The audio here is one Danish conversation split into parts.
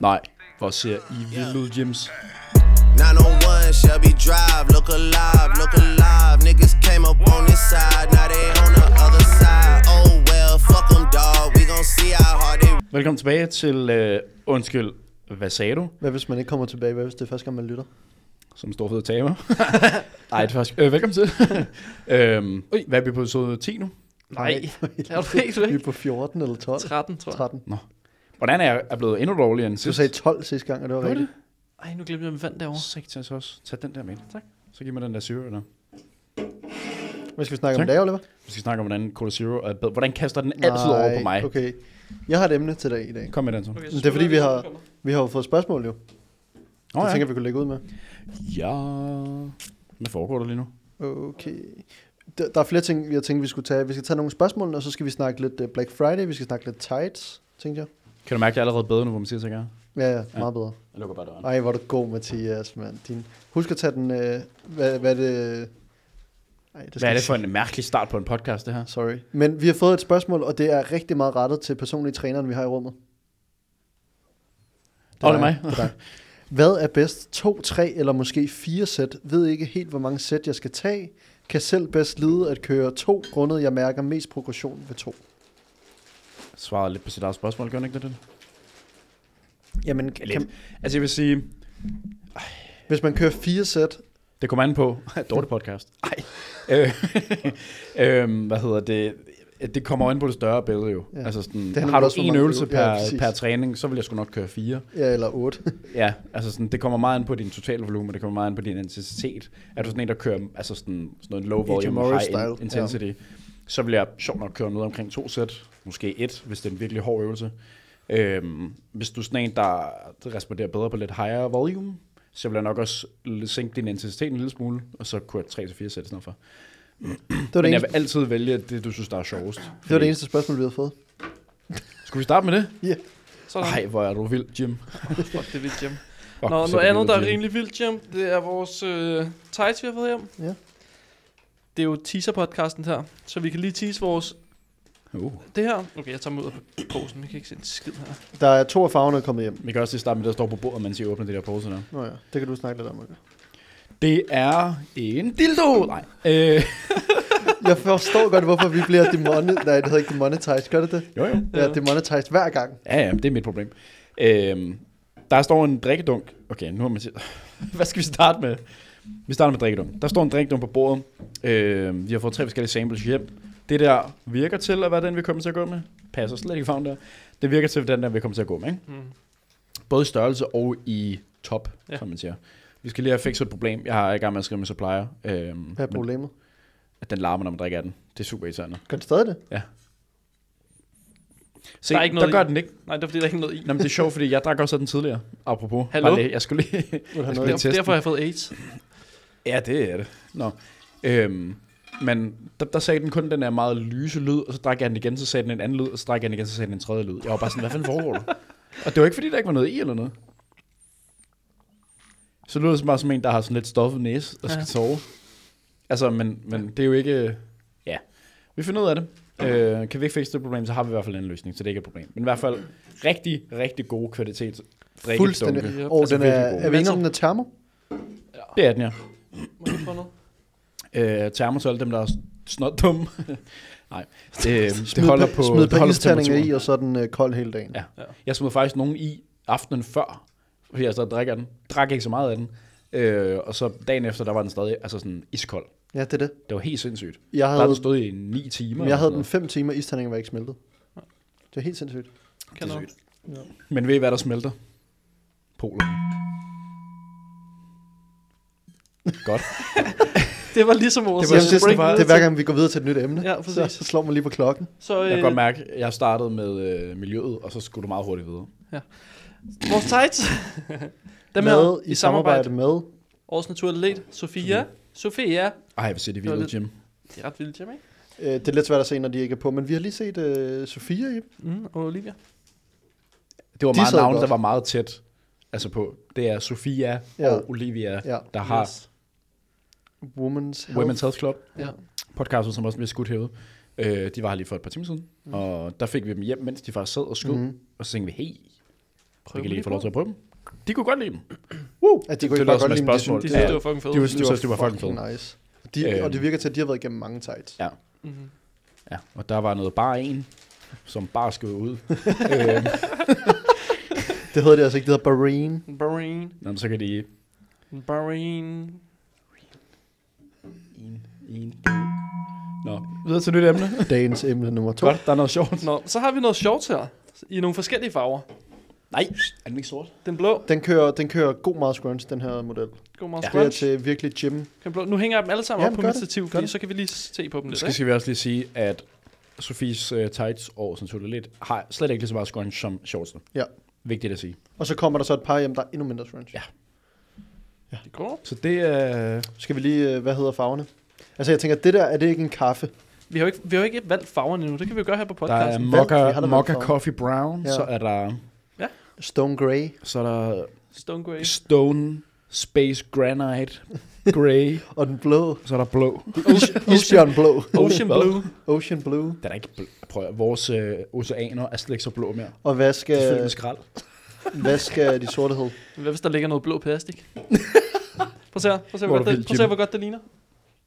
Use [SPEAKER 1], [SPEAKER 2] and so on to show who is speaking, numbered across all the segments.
[SPEAKER 1] Nej, hvor ser I vildt ud, James.
[SPEAKER 2] 901 Shelby Drive, look alive, look alive. Niggas came up on this side, now they on the other side. Oh well, fuck them, dog. We gon' see how hard they
[SPEAKER 1] Velkommen tilbage til, øh, undskyld, hvad sagde du?
[SPEAKER 3] Hvad hvis man ikke kommer tilbage? Hvad hvis det er første gang, man lytter?
[SPEAKER 1] Som stor fed taber. Nej, det er faktisk... Øh, velkommen til. øhm, øj, hvad er vi på episode 10 nu?
[SPEAKER 4] Nej, er du helt
[SPEAKER 3] Vi
[SPEAKER 4] væk?
[SPEAKER 3] er på 14 eller 12.
[SPEAKER 4] 13, tror jeg.
[SPEAKER 3] 13.
[SPEAKER 1] Hvordan er jeg er blevet endnu dårligere end
[SPEAKER 3] Du
[SPEAKER 1] sidst?
[SPEAKER 3] sagde 12 sidste gang, og det var
[SPEAKER 1] Var det?
[SPEAKER 3] rigtigt.
[SPEAKER 4] Ej, nu glemte jeg, hvem fandt derovre.
[SPEAKER 1] Sagtens også. Tag den der med.
[SPEAKER 4] Tak.
[SPEAKER 1] Så giv mig den der syre der.
[SPEAKER 3] Hvad skal vi snakke om
[SPEAKER 1] Tak.
[SPEAKER 3] i dag, Oliver?
[SPEAKER 1] Vi skal snakke om, hvordan Cola Zero er bedre. Hvordan kaster den altid Nej, over på mig? Okay.
[SPEAKER 3] Okay. Jeg har et emne til dig i dag.
[SPEAKER 1] Kom med den så. Okay.
[SPEAKER 4] Okay,
[SPEAKER 3] Men det er fordi, vi har, vi har jo fået spørgsmål jo. Det
[SPEAKER 1] Oh, ja.
[SPEAKER 3] tænker vi kunne lægge ud med.
[SPEAKER 1] ja. Hvad foregår der lige nu?
[SPEAKER 3] Okay. Der, der er flere ting, jeg tænkte, vi skulle tage. Vi skal tage nogle spørgsmål, og så skal vi snakke lidt øh, Black Friday. Vi skal snakke lidt tights, tænkte jeg.
[SPEAKER 1] Kan du mærke, at jeg er allerede bedre nu, hvor man siger til jer?
[SPEAKER 3] Ja, ja, meget bedre.
[SPEAKER 1] Jeg lukker bare døren.
[SPEAKER 3] Ej, hvor er du god, Mathias, mand. Din... Husk at tage den... Øh, hvad, hvad er det... Ej, det
[SPEAKER 1] Hvad er
[SPEAKER 3] jeg
[SPEAKER 1] det for en mærkelig start på en podcast, det her?
[SPEAKER 3] Sorry. Men vi har fået et spørgsmål, og det er rigtig meget rettet til personlige træneren, vi har i rummet.
[SPEAKER 1] Åh, det er mig.
[SPEAKER 3] dig. Det er dig. Hvad er bedst? To, tre eller måske fire sæt? Ved ikke helt, hvor mange sæt jeg skal tage. Kan selv bedst lide at køre to, grundet jeg mærker mest progression ved to.
[SPEAKER 1] Svarede lidt på sit eget spørgsmål, gør den ikke det? det?
[SPEAKER 3] Jamen, kan,
[SPEAKER 1] Lidt.
[SPEAKER 3] kan,
[SPEAKER 1] Altså, jeg vil sige,
[SPEAKER 3] hvis man kører fire sæt,
[SPEAKER 1] det kommer an på... Dårlig podcast. Ej. Øh, øhm, hvad hedder det? Det kommer an på det større billede jo. Ja.
[SPEAKER 3] Ja.
[SPEAKER 1] Altså sådan,
[SPEAKER 3] handler
[SPEAKER 1] har du
[SPEAKER 3] også om,
[SPEAKER 1] en
[SPEAKER 3] hvor mange
[SPEAKER 1] øvelse
[SPEAKER 3] øvelser-
[SPEAKER 1] per,
[SPEAKER 3] ja, præcis.
[SPEAKER 1] per træning, så vil jeg sgu nok køre fire.
[SPEAKER 3] ja, eller otte.
[SPEAKER 1] Ja, altså sådan, det kommer meget an på din totale volumen, det kommer meget an på din intensitet. Er du sådan en, der kører altså sådan, sådan noget low volume,
[SPEAKER 3] Morris
[SPEAKER 1] high in-
[SPEAKER 3] style,
[SPEAKER 1] intensity, ja. så vil jeg sjovt nok køre noget omkring to sæt, måske et, hvis det er en virkelig hård øvelse. Øhm, hvis du er sådan en, der responderer bedre på lidt higher volume, så vil jeg nok også l- sænke din intensitet en lille smule, og så køre 3-4 sæt i stedet for.
[SPEAKER 3] Det var det,
[SPEAKER 1] Men jeg vil
[SPEAKER 3] eneste,
[SPEAKER 1] altid vælge det, du synes, der er sjovest.
[SPEAKER 3] det, var det eneste spørgsmål, vi havde fået.
[SPEAKER 1] Skulle vi starte med det?
[SPEAKER 3] Ja.
[SPEAKER 4] Sådan.
[SPEAKER 1] Nej, hvor er du vild, Jim.
[SPEAKER 4] Fuck, det er vildt hjem.
[SPEAKER 1] Fuck,
[SPEAKER 4] Nå,
[SPEAKER 1] så
[SPEAKER 4] noget andet,
[SPEAKER 1] vild,
[SPEAKER 4] der er
[SPEAKER 1] Jim.
[SPEAKER 4] rimelig vildt hjem, det er vores øh, tights, vi har fået hjem.
[SPEAKER 3] Ja.
[SPEAKER 4] Det er jo teaser-podcasten her, så vi kan lige tease vores...
[SPEAKER 1] Uh.
[SPEAKER 4] Det her... Okay, jeg tager mig ud af posen, vi kan ikke se en skid her.
[SPEAKER 3] Der er to af farverne kommet hjem.
[SPEAKER 1] Vi kan også lige starte med det, der står på bordet, mens I åbner de der poser der.
[SPEAKER 3] Nå ja, det kan du snakke lidt om. Oliver.
[SPEAKER 1] Det er en dildo. Nej. Øh,
[SPEAKER 3] Jeg forstår godt, hvorfor vi bliver demonet... Nej, det hedder ikke demonetized. Gør det det?
[SPEAKER 1] jo, jo.
[SPEAKER 3] Ja, demonetized hver gang.
[SPEAKER 1] Ja, ja, det er mit problem. Øh, der står en drikkedunk. Okay, nu har man set. Hvad skal vi starte med? Vi starter med drikkedunk. Der står en drikkedunk på bordet. Øh, vi har fået tre forskellige samples hjem. Det der virker til at være den, vi kommer til at gå med. Passer slet ikke farven der. Det virker til at være den, der vi kommer til at gå med. Ikke?
[SPEAKER 4] Mm.
[SPEAKER 1] Både i størrelse og i top, ja.
[SPEAKER 4] Ja.
[SPEAKER 1] som man siger. Vi skal lige have fikset et problem. Jeg har i gang med at skrive med supplier. Øh,
[SPEAKER 3] Hvad er problemet?
[SPEAKER 1] at den larmer, når man drikker af den. Det er super irriterende.
[SPEAKER 3] Gør det stadig det?
[SPEAKER 1] Se,
[SPEAKER 4] Der er ikke
[SPEAKER 1] der
[SPEAKER 4] noget
[SPEAKER 1] gør
[SPEAKER 4] i.
[SPEAKER 1] den ikke.
[SPEAKER 4] Nej, det er fordi, der er ikke noget i.
[SPEAKER 1] Nå, men det er sjovt, fordi jeg drak også af den tidligere. Apropos.
[SPEAKER 4] Hallo?
[SPEAKER 1] Bare lige- Jeg skulle lige...
[SPEAKER 3] Vil du
[SPEAKER 1] skal
[SPEAKER 3] have noget?
[SPEAKER 1] lige-
[SPEAKER 4] Derfor,
[SPEAKER 1] testen.
[SPEAKER 4] derfor har jeg fået AIDS.
[SPEAKER 1] ja, det er det. Nå. Øhm, men der, der, sagde den kun, den er meget lyse lyd, og så drak jeg den igen, så sagde den en anden lyd, og så drak jeg den igen, så sagde den en tredje lyd. Jeg var bare sådan, hvad fanden foregår der? Og det var ikke, fordi der ikke var noget i eller noget. Så lyder det så bare som en, der har sådan lidt stoffet næse og skal ja.
[SPEAKER 4] Ja.
[SPEAKER 1] sove. Altså, men, men det er jo ikke... Ja, vi finder ud af det. Øh, kan vi ikke fikse det problem, så har vi i hvert fald en løsning, så det ikke er et problem. Men i hvert fald rigtig, rigtig god kvalitet.
[SPEAKER 3] Fuldstændig.
[SPEAKER 1] drikkedunke.
[SPEAKER 4] Yep.
[SPEAKER 3] Og
[SPEAKER 1] Altså,
[SPEAKER 3] den er,
[SPEAKER 1] virkelig god.
[SPEAKER 3] er vi enige om, den er termo?
[SPEAKER 1] Det er den, ja.
[SPEAKER 4] Må jeg få noget?
[SPEAKER 1] Øh, termosol, dem der er snot dumme. Nej, det, det
[SPEAKER 3] Smid
[SPEAKER 1] holder
[SPEAKER 3] pa-
[SPEAKER 1] på,
[SPEAKER 3] Smid
[SPEAKER 1] det
[SPEAKER 3] på
[SPEAKER 1] holder på
[SPEAKER 3] isterninger i,
[SPEAKER 1] temperaturen.
[SPEAKER 3] og så er den øh, kold hele dagen.
[SPEAKER 1] Ja. Jeg smed faktisk nogen i aftenen før, fordi jeg så drikker den. Drak ikke så meget af den. Øh, og så dagen efter, der var den stadig altså sådan iskold.
[SPEAKER 3] Ja, det er det.
[SPEAKER 1] Det var helt sindssygt.
[SPEAKER 3] Jeg
[SPEAKER 1] Der havde
[SPEAKER 3] havde,
[SPEAKER 1] den stået i 9 timer.
[SPEAKER 3] men jeg
[SPEAKER 1] eller
[SPEAKER 3] havde
[SPEAKER 1] sådan
[SPEAKER 3] den 5 timer, isterningen var ikke smeltet. Det er helt sindssygt.
[SPEAKER 4] Kan
[SPEAKER 1] Det er
[SPEAKER 4] noget?
[SPEAKER 1] noget. Men ved I, hvad der smelter? Polen. Godt.
[SPEAKER 4] Det var ligesom vores...
[SPEAKER 3] Det, var, Jamen, det, er sådan,
[SPEAKER 4] break
[SPEAKER 3] det er
[SPEAKER 4] videre
[SPEAKER 3] hver
[SPEAKER 4] til-
[SPEAKER 3] gang, vi går videre til et nyt emne.
[SPEAKER 4] Ja, præcis.
[SPEAKER 3] Så, så slår man lige på klokken.
[SPEAKER 4] Så
[SPEAKER 1] Jeg kan
[SPEAKER 4] øh,
[SPEAKER 1] godt mærke, at jeg startede med øh, miljøet, og så skulle du meget hurtigt videre.
[SPEAKER 4] vores tights. Dem
[SPEAKER 3] med,
[SPEAKER 4] her
[SPEAKER 3] i samarbejde med... Mm.
[SPEAKER 4] Aarhus Naturatlet, Sofia. Sofia.
[SPEAKER 1] Ej, hvor ser de
[SPEAKER 4] Det var
[SPEAKER 1] vildt ud,
[SPEAKER 4] lidt-
[SPEAKER 1] Jim.
[SPEAKER 4] Det er ret vildt, Jimmy.
[SPEAKER 3] Øh, det er lidt svært at se, når de ikke er på, men vi har lige set øh, Sofia i.
[SPEAKER 4] Mm, og Olivia.
[SPEAKER 1] Det var
[SPEAKER 3] De
[SPEAKER 1] meget
[SPEAKER 3] sad
[SPEAKER 1] navne,
[SPEAKER 3] godt.
[SPEAKER 1] der var meget tæt altså på. Det er Sofia ja.
[SPEAKER 3] Ja.
[SPEAKER 1] og Olivia, ja.
[SPEAKER 3] Ja,
[SPEAKER 1] der har yes.
[SPEAKER 4] Yes.
[SPEAKER 3] Women's Health.
[SPEAKER 1] Women's Health Club,
[SPEAKER 4] Ja.
[SPEAKER 1] podcasten, som også bliver skudt herude. Øh, de var her lige for et par timer siden, mm. og der fik vi dem hjem, mens de faktisk sad og skød. Mm.
[SPEAKER 3] Mhm.
[SPEAKER 1] Og så tænkte vi, hey, Vi
[SPEAKER 4] Prøv
[SPEAKER 1] kan lige få
[SPEAKER 4] på.
[SPEAKER 1] lov til at prøve dem. De kunne godt lide dem.
[SPEAKER 3] At de
[SPEAKER 1] Det
[SPEAKER 3] kunne ikke
[SPEAKER 1] lyder
[SPEAKER 3] bare
[SPEAKER 1] som
[SPEAKER 3] godt
[SPEAKER 1] et
[SPEAKER 3] lide, men de
[SPEAKER 1] spørgsmål.
[SPEAKER 4] De
[SPEAKER 3] synes,
[SPEAKER 4] synes,
[SPEAKER 1] Ja.
[SPEAKER 4] det var fucking fedt.
[SPEAKER 1] De var- synes også, det var fucking fedt.
[SPEAKER 3] nice. De,
[SPEAKER 1] Øhm.
[SPEAKER 3] og det virker til, at de har været igennem mange tights.
[SPEAKER 1] Ja.
[SPEAKER 4] Mhm.
[SPEAKER 1] Ja, og der var noget bare en, som bare skød ud. øhm,
[SPEAKER 3] Det hedder det altså ikke, det hedder Bahrain.
[SPEAKER 4] Bahrain.
[SPEAKER 1] nå, men så kan de...
[SPEAKER 4] Bahrain.
[SPEAKER 1] En, en. Nå, videre til nyt emne.
[SPEAKER 3] Dagens emne nummer to.
[SPEAKER 1] Godt, der er noget sjovt.
[SPEAKER 4] Nå, så har vi noget sjovt her. I nogle forskellige farver.
[SPEAKER 1] Nej, er den ikke sort?
[SPEAKER 4] Den blå.
[SPEAKER 3] Den kører, den kører god meget scrunch, den her model.
[SPEAKER 4] God meget
[SPEAKER 1] Ja.
[SPEAKER 4] ja.
[SPEAKER 3] Det er til virkelig gym.
[SPEAKER 4] Den blå. Nu hænger jeg dem alle sammen
[SPEAKER 3] Jamen,
[SPEAKER 4] op på
[SPEAKER 3] gør
[SPEAKER 4] mit
[SPEAKER 3] det.
[SPEAKER 4] stativ, fordi så kan vi lige se på dem
[SPEAKER 1] Nu
[SPEAKER 4] lidt.
[SPEAKER 1] skal,
[SPEAKER 4] Ikke?
[SPEAKER 1] skal vi også lige sige, at Sofies uh, tights og sådan set lidt har slet ikke lige så meget scrunch som shortsene.
[SPEAKER 3] Ja.
[SPEAKER 1] Vigtigt at sige.
[SPEAKER 3] Og så kommer der så et par hjem, der er endnu mindre scrunch.
[SPEAKER 1] Ja.
[SPEAKER 4] Det går.
[SPEAKER 1] Så det er... Uh,
[SPEAKER 3] Skal vi lige, øh, hvad hedder farverne? Altså jeg tænker, det der, er det ikke en kaffe?
[SPEAKER 4] Vi har jo ikke, vi har jo ikke valgt farverne endnu. Det kan vi jo gøre her på
[SPEAKER 1] der er
[SPEAKER 4] podcasten.
[SPEAKER 3] valgt, vi har
[SPEAKER 1] mocha,
[SPEAKER 3] da
[SPEAKER 1] mocha
[SPEAKER 3] valgt for.
[SPEAKER 1] coffee brown,
[SPEAKER 3] Ja.
[SPEAKER 1] ja. så er der
[SPEAKER 3] Stone Grey.
[SPEAKER 1] så er der
[SPEAKER 4] Stone Grey.
[SPEAKER 1] stone, space granite, grey,
[SPEAKER 3] Og den blå.
[SPEAKER 1] så er der blå.
[SPEAKER 3] Isbjørn blå.
[SPEAKER 4] Ocean
[SPEAKER 1] Hvad?
[SPEAKER 4] Blue.
[SPEAKER 3] Ocean Blue.
[SPEAKER 1] Den er ikke blå. Prøv at, høre, vores øh, oceaner er slet ikke så blå mere.
[SPEAKER 3] Og
[SPEAKER 1] Det
[SPEAKER 3] hvad
[SPEAKER 1] er fyldt
[SPEAKER 3] skal,
[SPEAKER 1] med skrald.
[SPEAKER 3] hvad skal de sorte hed?
[SPEAKER 4] Hvad hvis der ligger noget blå plastik? prøv at se, her. prøv at
[SPEAKER 1] Hvor
[SPEAKER 4] se, hvor,
[SPEAKER 1] er du
[SPEAKER 4] godt det,
[SPEAKER 1] vild,
[SPEAKER 4] prøv at se,
[SPEAKER 1] Jim.
[SPEAKER 4] hvor godt det ligner.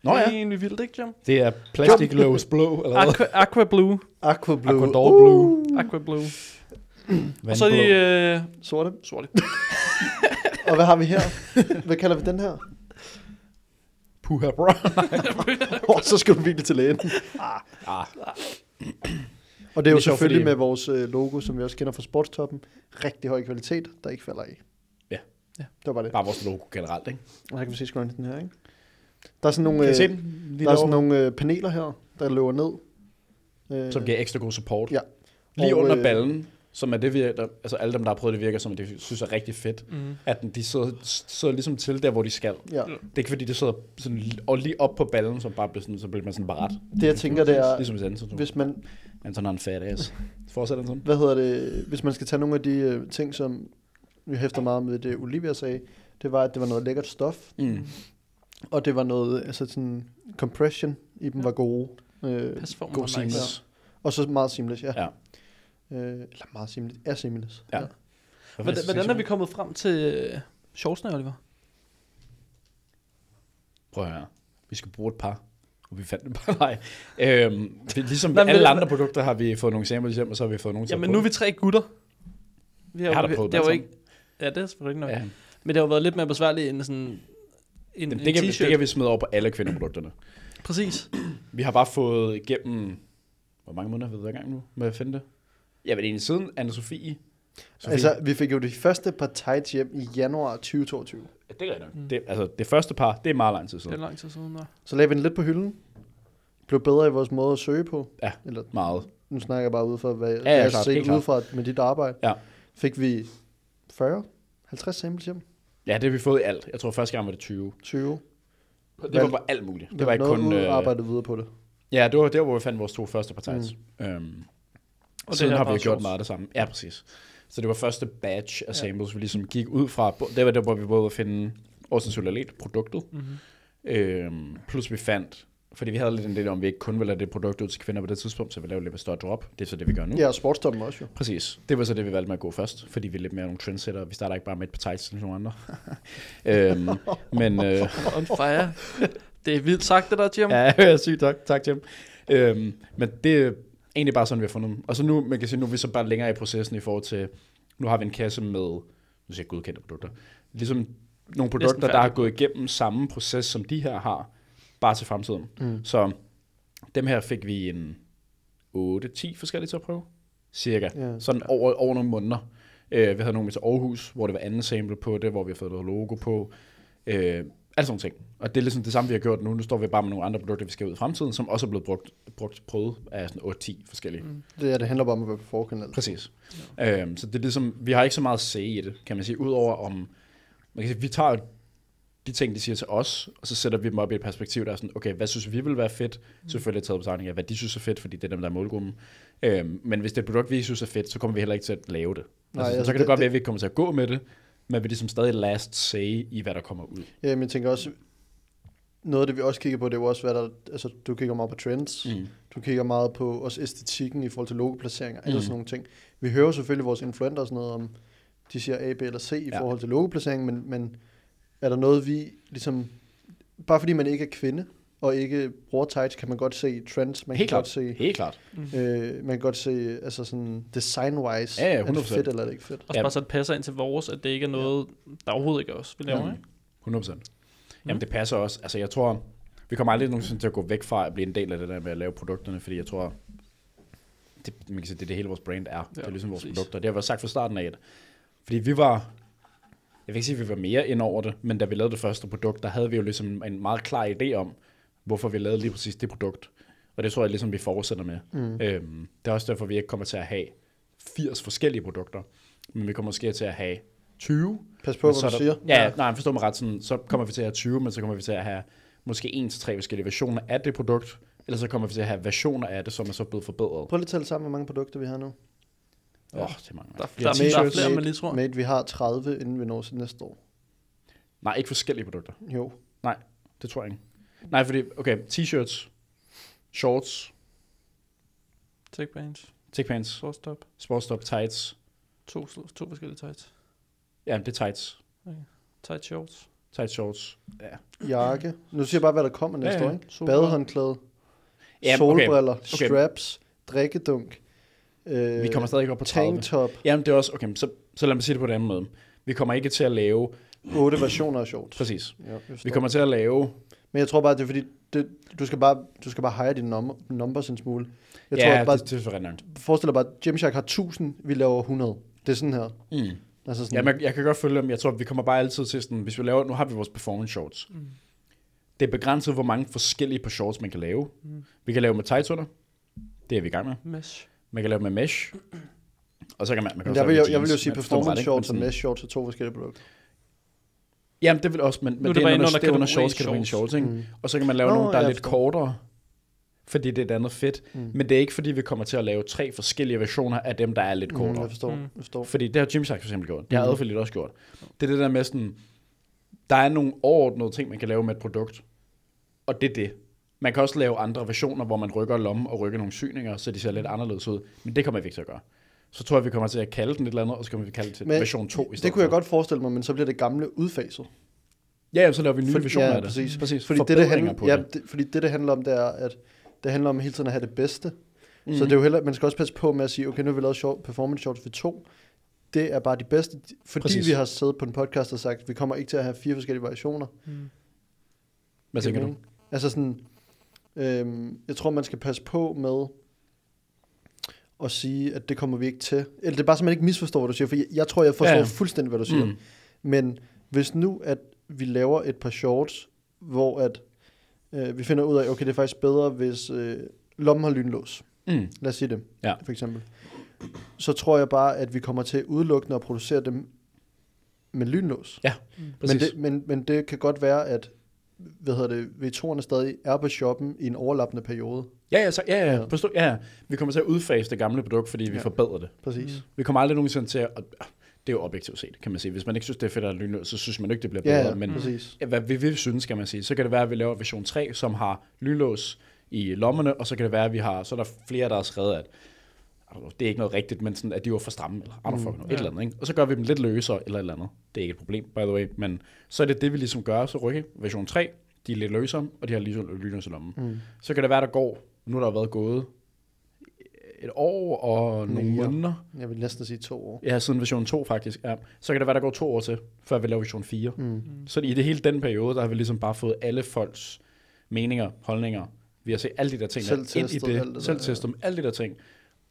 [SPEAKER 1] Nå
[SPEAKER 4] Det
[SPEAKER 1] ja,
[SPEAKER 4] er egentlig vildt, ikke Jim?
[SPEAKER 1] det er plastikløs blå, eller hvad?
[SPEAKER 4] Aqua, aqua Blue.
[SPEAKER 3] Aqua Blue.
[SPEAKER 1] Aquador
[SPEAKER 3] Uh.
[SPEAKER 1] blue.
[SPEAKER 4] Aqua Blue.
[SPEAKER 1] Vandblå.
[SPEAKER 4] Og så er de øh,
[SPEAKER 3] Sorte.
[SPEAKER 4] sorte.
[SPEAKER 3] Og hvad har vi her? Hvad kalder vi den her?
[SPEAKER 1] Puha brown.
[SPEAKER 3] Oh, så skal du virkelig til lægen.
[SPEAKER 1] Ah,
[SPEAKER 3] Og det er
[SPEAKER 1] Det
[SPEAKER 3] jo
[SPEAKER 1] er sjovt,
[SPEAKER 3] selvfølgelig
[SPEAKER 1] fordi-
[SPEAKER 3] med vores øh, logo, som vi også kender fra Sportstoppen. Rigtig høj kvalitet, der ikke falder af.
[SPEAKER 1] Ja.
[SPEAKER 4] Ja.
[SPEAKER 3] Det var bare det.
[SPEAKER 1] bare vores logo generelt, ikke?
[SPEAKER 3] Og her kan vi se scrunchen her, ikke? Der er sådan nogle,
[SPEAKER 1] Kan I se
[SPEAKER 3] øh,
[SPEAKER 1] den? Lige
[SPEAKER 3] der er sådan
[SPEAKER 1] derovre?
[SPEAKER 3] nogle øh, paneler her, der løber ned. Øh,
[SPEAKER 1] Som giver ekstra god support.
[SPEAKER 3] Ja.
[SPEAKER 1] Lige
[SPEAKER 3] Og,
[SPEAKER 1] under
[SPEAKER 3] øh,
[SPEAKER 1] ballen, som er det, vi, der, altså alle dem, der har prøvet det, virker som, at det synes er rigtig fedt.
[SPEAKER 4] Mhm.
[SPEAKER 1] At den, de sidder, sidder ligesom til der, hvor de skal.
[SPEAKER 3] Ja.
[SPEAKER 1] Det er ikke fordi, det sidder sådan, li- og lige op på ballen, som bare bliver sådan, så bliver man sådan bare ret.
[SPEAKER 3] Det jeg tænker, det er,
[SPEAKER 1] Ligesom hvis Anton, hvis...
[SPEAKER 3] hvis man,
[SPEAKER 1] Anton har en fat ass. Fortsæt Anton.
[SPEAKER 3] hvad hedder det, hvis man skal tage nogle af de øh, ting, som jeg hæfter meget med det, Olivia sagde, det var, at det var noget lækkert stof,
[SPEAKER 1] Mm.
[SPEAKER 3] og det var noget, altså sådan, compression i dem var gode. Øh,
[SPEAKER 4] Pas formen
[SPEAKER 1] God
[SPEAKER 4] var nice.
[SPEAKER 1] seamless.
[SPEAKER 3] og så meget seamless, ja.
[SPEAKER 1] Ja.
[SPEAKER 3] Øh, eller meget seamless, er seamless.
[SPEAKER 1] Ja.
[SPEAKER 4] Hvordan, hvordan er vi kommet frem til øh, shortsene, Oliver?
[SPEAKER 1] Prøv at høre. Vi skal bruge et par. Og vi fandt det bare nej. Øhm, vi- ligesom
[SPEAKER 4] Hvad
[SPEAKER 1] ved
[SPEAKER 4] med-
[SPEAKER 1] alle andre produkter har vi fået nogle samples hjem, og så har vi fået nogle til at
[SPEAKER 4] Jamen,
[SPEAKER 1] prøve.
[SPEAKER 4] nu er vi tre gutter. Vi
[SPEAKER 1] Jeg har
[SPEAKER 4] jo-
[SPEAKER 1] da prøvet
[SPEAKER 4] det var
[SPEAKER 1] dem
[SPEAKER 4] ikke, Ja, det er selvfølgelig nok.
[SPEAKER 1] Ja.
[SPEAKER 4] Ja. Men det har jo været lidt mere besværligt end sådan en,
[SPEAKER 1] Jamen,
[SPEAKER 4] en
[SPEAKER 1] det, kan, vi-
[SPEAKER 4] t-shirt.
[SPEAKER 1] det kan vi smide over på alle kvindeprodukterne.
[SPEAKER 4] Præcis.
[SPEAKER 1] Vi har bare fået igennem, hvor mange måneder har vi været i gang nu med at finde det? Ja, men egentlig siden Anne-Sophie. Sophie.
[SPEAKER 3] Altså, vi fik jo de første par tights hjem i januar 2022.
[SPEAKER 1] Ja, det er rigtigt. nok. Det, altså, det første par, det er meget lang tid
[SPEAKER 4] Det er
[SPEAKER 1] siden.
[SPEAKER 4] lang tid siden. Der.
[SPEAKER 3] Så lagde vi den lidt på hylden. Blev bedre i vores måde at søge på.
[SPEAKER 1] Ja.
[SPEAKER 3] Eller,
[SPEAKER 1] Meget.
[SPEAKER 3] nu snakker jeg bare ud fra, hvad ja,
[SPEAKER 1] ja,
[SPEAKER 3] jeg har
[SPEAKER 1] klart,
[SPEAKER 3] set
[SPEAKER 1] helt
[SPEAKER 3] ud fra med dit arbejde.
[SPEAKER 1] Ja.
[SPEAKER 3] Fik vi 40, 50 samples hjem,
[SPEAKER 1] Ja, det har vi fået i alt. Jeg tror, første gang var det 20.
[SPEAKER 3] 20.
[SPEAKER 1] Det var
[SPEAKER 3] Valg.
[SPEAKER 1] bare alt muligt.
[SPEAKER 3] Vi
[SPEAKER 1] Det var ikke
[SPEAKER 3] nåede
[SPEAKER 1] kun...
[SPEAKER 3] ud og
[SPEAKER 1] Øh,
[SPEAKER 3] arbejdet videre på det.
[SPEAKER 1] ja, det var der, hvor vi fandt vores to første par tights. Mm. Øhm, Og siden
[SPEAKER 4] her
[SPEAKER 1] har vi jo
[SPEAKER 4] bare
[SPEAKER 1] gjort
[SPEAKER 4] shorts.
[SPEAKER 1] meget af det samme. Ja, præcis. Så det var første batch af samples, vi ligesom gik ud fra. Det var der, hvor vi både at finde Orsens Solalet, produktet,
[SPEAKER 4] Mhm.
[SPEAKER 1] øhm, plus vi fandt, fordi vi havde lidt en del om, at vi ikke kun ville have det produkt ud til kvinder på det tidspunkt, så vi lavede lidt af større drop. Det er så det, vi gør nu.
[SPEAKER 3] Ja, og sportstoppen også jo.
[SPEAKER 1] Præcis. Det var så det, vi valgte med at gå først, fordi vi er lidt mere nogle trendsetter. Vi starter ikke bare med et par tights som nogle andre. øhm, men øh,
[SPEAKER 4] On fire. Det er vildt sagt, det der, Jim. Ja.
[SPEAKER 1] ja, jeg er syg, tak, tak Jim. Øhm, men det er egentlig bare sådan, vi har fundet dem. Og så nu, man kan sige, nu er vi så bare længere i processen i forhold til, nu har vi en kasse med, nu siger jeg godkendte produkter, ligesom nogle produkter, der
[SPEAKER 4] færdig.
[SPEAKER 1] har gået igennem samme proces, som de her har, bare til fremtiden. Mm. Så dem her fik vi en 8-10 forskellige til at prøve, cirka.
[SPEAKER 3] Ja.
[SPEAKER 1] Sådan over, over nogle måneder. Øh, vi havde nogle med til Aarhus, hvor det var anden sample på det, hvor vi har fået noget logo på. Øh, alle sådan nogle ting. Og det er ligesom det samme, vi har gjort nu. Nu står vi bare med nogle andre produkter, vi skal ud i fremtiden, som også er blevet brugt, brugt prøvet af sådan 8-10 forskellige. Mm.
[SPEAKER 3] Det, ja, det handler bare om at være på altså. forkanal.
[SPEAKER 1] Præcis. Øhm, så det er ligesom, vi har ikke så meget at se i det, kan man sige, udover om, man kan sige, vi tager de ting, de siger til os, og så sætter vi dem op i et perspektiv, der er sådan, okay, hvad synes vi vil være fedt?
[SPEAKER 3] Mm.
[SPEAKER 1] Selvfølgelig taget på betragtning af, hvad de synes er fedt, fordi det er dem, der er målgruppen. Øhm, men hvis det er et produkt, vi synes er fedt, så kommer vi heller ikke til at lave det. Nej, altså,
[SPEAKER 3] altså,
[SPEAKER 1] så kan det,
[SPEAKER 3] det-
[SPEAKER 1] godt være,
[SPEAKER 3] det-
[SPEAKER 1] at vi ikke kommer til at gå med det, men vi er ligesom stadig last say i, hvad der kommer ud.
[SPEAKER 3] Ja, men Øhm, jeg tænker også, noget af det, vi også kigger på, det er jo også, hvad der, altså, du kigger meget på trends, mm. du kigger meget
[SPEAKER 1] Mm.
[SPEAKER 3] på også æstetikken i forhold til logoplaceringer, alle sådan nogle ting. Vi hører jo selvfølgelig vores influenter og sådan noget om, de siger A, B eller C i
[SPEAKER 1] Ja.
[SPEAKER 3] ja. forhold til logoplacering, men, men er der noget, vi ligesom... Bare fordi man ikke er kvinde, og ikke bruger tights, kan man godt se trends, man
[SPEAKER 1] Helt
[SPEAKER 3] kan
[SPEAKER 1] klart.
[SPEAKER 3] godt se...
[SPEAKER 1] Helt klart.
[SPEAKER 3] Øh, man kan godt se, altså sådan design-wise,
[SPEAKER 1] Ja, ja,
[SPEAKER 3] er det
[SPEAKER 1] 100%.
[SPEAKER 3] fedt eller er det ikke fedt?
[SPEAKER 4] Og
[SPEAKER 1] Ja.
[SPEAKER 4] så bare så det passer ind til vores, at det ikke er noget, der overhovedet ikke er os, vi laver,
[SPEAKER 1] Ja.
[SPEAKER 4] ikke?
[SPEAKER 1] 100%. Jamen, det passer også. Altså, jeg tror, vi kommer aldrig nogensinde til at gå væk fra at blive en del af det der med at lave produkterne, fordi jeg tror, det, man kan sige, det er det hele vores brand er. Ja, det er ligesom vores
[SPEAKER 4] præcis.
[SPEAKER 1] produkter. Det har jeg også sagt fra starten af, at, fordi vi var, jeg vil ikke sige, at vi var mere ind over det, men da vi lavede det første produkt, der havde vi jo ligesom en meget klar idé om, hvorfor vi lavede lige præcis det produkt. Og det tror jeg ligesom, vi fortsætter med. Mm. Øhm, det er også derfor, vi ikke kommer til at have 80 forskellige produkter, men vi kommer måske til at have 20.
[SPEAKER 3] Pas på,
[SPEAKER 1] Men
[SPEAKER 3] hvad
[SPEAKER 1] så er
[SPEAKER 3] du
[SPEAKER 1] der-
[SPEAKER 3] siger.
[SPEAKER 1] Ja, ja, nej, forstår mig ret. Sådan, så kommer vi til at have 20, men så kommer vi til at have måske en til tre forskellige versioner af det produkt, eller så kommer vi til at have versioner af det, som er så blevet forbedret.
[SPEAKER 3] Prøv lige at tælle sammen, hvor mange produkter vi har nu.
[SPEAKER 1] Åh, oh, det er mange.
[SPEAKER 4] Der,
[SPEAKER 1] Ja,
[SPEAKER 4] der, er, der er
[SPEAKER 3] t-shirts.
[SPEAKER 4] flere, man lige tror.
[SPEAKER 3] Mate, vi har 30, inden vi når til næste år.
[SPEAKER 1] Nej, ikke forskellige produkter.
[SPEAKER 3] Jo.
[SPEAKER 1] Nej, det tror jeg ikke. Nej, fordi, okay, t-shirts, shorts,
[SPEAKER 4] Take bands,
[SPEAKER 1] tech pants,
[SPEAKER 4] shortstop,
[SPEAKER 1] sportstop, tights.
[SPEAKER 4] to, sl- to forskellige tights,
[SPEAKER 1] Ja, det er tights.
[SPEAKER 4] tight shorts,
[SPEAKER 1] Tight shorts.
[SPEAKER 3] Jakke. Nu siger jeg bare, hvad der kommer næste
[SPEAKER 1] Ja, ja.
[SPEAKER 3] år, ikke?
[SPEAKER 4] Solbriller.
[SPEAKER 3] Badehåndklæde,
[SPEAKER 1] Ja, okay.
[SPEAKER 3] solbriller,
[SPEAKER 1] Okay.
[SPEAKER 3] straps, drikkedunk. Øh,
[SPEAKER 1] Vi kommer stadig ikke op på 30.
[SPEAKER 3] Tanktop.
[SPEAKER 1] Jamen, det er også, okay, så, så lad mig sige det på en anden måde. Vi kommer ikke til at lave,
[SPEAKER 3] Otte versioner af shorts.
[SPEAKER 1] præcis,
[SPEAKER 3] Ja, jeg forstår.
[SPEAKER 1] vi kommer til at lave
[SPEAKER 3] Men jeg tror bare, det er fordi, det, du, skal bare, du skal bare hejre dine num- numbers en smule. Jeg
[SPEAKER 1] ja,
[SPEAKER 3] tror bare,
[SPEAKER 1] det, det er for rent.
[SPEAKER 3] forestil dig bare, Gymshark har 1000, vi laver 100. Det er sådan her.
[SPEAKER 1] Mm.
[SPEAKER 3] Altså sådan,
[SPEAKER 1] Ja, men jeg, jeg kan godt følge dem. Jeg tror, vi kommer bare altid til sådan, hvis vi laver, nu har vi vores performance shorts. Mm. Det er begrænset, hvor mange forskellige på shorts, man kan lave. Mm. Vi kan lave med tight under. Det er vi i gang med.
[SPEAKER 4] mesh.
[SPEAKER 1] Man kan lave med mesh. Og så kan man, man kan
[SPEAKER 3] men
[SPEAKER 1] også lave
[SPEAKER 3] der vil
[SPEAKER 1] med
[SPEAKER 3] jeg, jeg vil jo
[SPEAKER 1] jeans,
[SPEAKER 3] sige,
[SPEAKER 1] men forstår mig ret,
[SPEAKER 3] performance
[SPEAKER 1] ikke? Men
[SPEAKER 3] shorts og
[SPEAKER 1] sådan-
[SPEAKER 3] mesh shorts er to forskellige produkter.
[SPEAKER 1] Jamen, det vil også, men, men
[SPEAKER 4] Nu er
[SPEAKER 1] det,
[SPEAKER 4] det
[SPEAKER 1] er
[SPEAKER 4] bare
[SPEAKER 1] under,
[SPEAKER 4] inde under
[SPEAKER 1] det er under
[SPEAKER 4] kategorien
[SPEAKER 1] shorts, kategorien
[SPEAKER 4] shorts.
[SPEAKER 1] shorts, ikke? Mm.
[SPEAKER 3] Mm.
[SPEAKER 1] Og så kan man lave
[SPEAKER 3] Nå,
[SPEAKER 1] nogle, der er
[SPEAKER 3] jeg
[SPEAKER 1] lidt
[SPEAKER 3] forstår.
[SPEAKER 1] kortere, fordi det er et andet fedt. Mm.
[SPEAKER 3] Mm.
[SPEAKER 1] Men det er ikke, fordi vi kommer til at lave tre forskellige versioner af dem, der er lidt kortere.
[SPEAKER 3] Mm, jeg forstår.
[SPEAKER 4] Mm.
[SPEAKER 3] Jeg forstår.
[SPEAKER 1] Fordi det har Jim Sachs for eksempel gjort. Det har
[SPEAKER 3] Mhm.
[SPEAKER 1] Adfældt også gjort. Det er det der med sådan, der er nogle overordnede ting, man kan lave med et produkt. Og det er det. Man kan også lave andre versioner, hvor man rykker lommen og rykker nogle syninger, så de ser lidt anderledes ud. Men det kommer vi ikke til at gøre. Så tror jeg, vi kommer til at kalde den et eller andet, og så kommer vi kalde det til
[SPEAKER 3] Men
[SPEAKER 1] version 2 i stedet
[SPEAKER 3] Det kunne jeg
[SPEAKER 1] for.
[SPEAKER 3] godt forestille mig, men så bliver det gamle udfaset.
[SPEAKER 1] Ja, jamen, så laver vi nye
[SPEAKER 3] Fordi-
[SPEAKER 1] versioner
[SPEAKER 3] ja,
[SPEAKER 1] af det.
[SPEAKER 3] præcis.
[SPEAKER 1] præcis.
[SPEAKER 3] Fordi det, det
[SPEAKER 1] Forbedringer
[SPEAKER 3] handler,
[SPEAKER 1] på
[SPEAKER 3] ja,
[SPEAKER 1] det.
[SPEAKER 3] det. fordi det, det handler om, det er, at det handler om hele tiden at have det bedste. Mm.
[SPEAKER 1] Mhm.
[SPEAKER 3] Så det er jo heller, man skal også passe på med at sige, okay, nu har vi lavet short, performance shorts for to. Det er bare de bedste, fordi
[SPEAKER 1] Præcis.
[SPEAKER 3] Præcis. vi har siddet på en podcast og sagt, vi kommer ikke til at have fire forskellige variationer.
[SPEAKER 4] Mm.
[SPEAKER 1] Hvad tænker du?
[SPEAKER 3] Mening? Altså sådan, øhm, jeg tror, man skal passe på med at sige, at det kommer vi ikke til. Eller det er bare, så man ikke misforstår, hvad du siger, for jeg, jeg tror, jeg forstår
[SPEAKER 1] Ja, ja.
[SPEAKER 3] ja. fuldstændig, hvad du siger.
[SPEAKER 1] Mm.
[SPEAKER 3] Mm. Men hvis nu, at vi laver et par shorts, hvor at øh, vi finder ud af, okay, det er faktisk bedre, hvis øh, lommen har lynlås.
[SPEAKER 1] Mm.
[SPEAKER 3] Lad os sige det,
[SPEAKER 1] Ja.
[SPEAKER 3] for eksempel. Så tror jeg bare, at vi kommer til udelukkende at producere dem med lynlås.
[SPEAKER 1] Ja,
[SPEAKER 3] Men
[SPEAKER 1] præcis.
[SPEAKER 3] det, men, men det kan godt være, at hvad hedder det, V2'erne stadig er på shoppen i en overlappende periode.
[SPEAKER 1] Ja, ja, så, ja, ja,
[SPEAKER 3] Ja.
[SPEAKER 1] forstå, ja, ja. Vi kommer til at udfase det gamle produkt, fordi vi ja.
[SPEAKER 3] Ja.
[SPEAKER 1] forbedrer det.
[SPEAKER 3] Præcis.
[SPEAKER 4] Mm.
[SPEAKER 3] Mm.
[SPEAKER 1] Vi kommer aldrig nogensinde til at... og ah, Det er jo objektivt set, kan man sige. Hvis man ikke synes, det er fedt at lynlås, så synes man ikke, det bliver bedre.
[SPEAKER 3] Ja, ja,
[SPEAKER 1] men
[SPEAKER 3] præcis.
[SPEAKER 1] Ja, hvad vi vil synes, kan man sige. Så kan det være, at vi laver version 3, som har lynlås i lommerne, og så kan det være, at vi har... Så er der flere, der har skrevet, at I don't know, det er ikke noget rigtigt, men sådan, at de var for stramme, eller I don't fucking know, et
[SPEAKER 4] Ja.
[SPEAKER 1] eller andet. Ikke? Og så gør vi dem lidt løsere, eller et eller andet. Det er ikke et problem, by the way. Men så er det det, vi ligesom gør. Så rykker version 3, de er lidt løsere, og de har ligesom lynlås i lommen.
[SPEAKER 3] Mm.
[SPEAKER 1] Så kan det være, der går, nu har der været gået et år og nogle
[SPEAKER 3] Mere.
[SPEAKER 1] måneder,
[SPEAKER 3] Jeg vil næsten sige to år.
[SPEAKER 1] Ja, siden version 2 faktisk. Ja. Så kan det være, der går to år til, før vi laver version 4.
[SPEAKER 3] Mm.
[SPEAKER 1] Så i det hele den periode, der har vi ligesom bare fået alle folks meninger, holdninger. Vi har set alle de der ting der,
[SPEAKER 3] Selv
[SPEAKER 1] ind i
[SPEAKER 3] testet alt det der,
[SPEAKER 1] det. Selv testet dem, alle de der ting.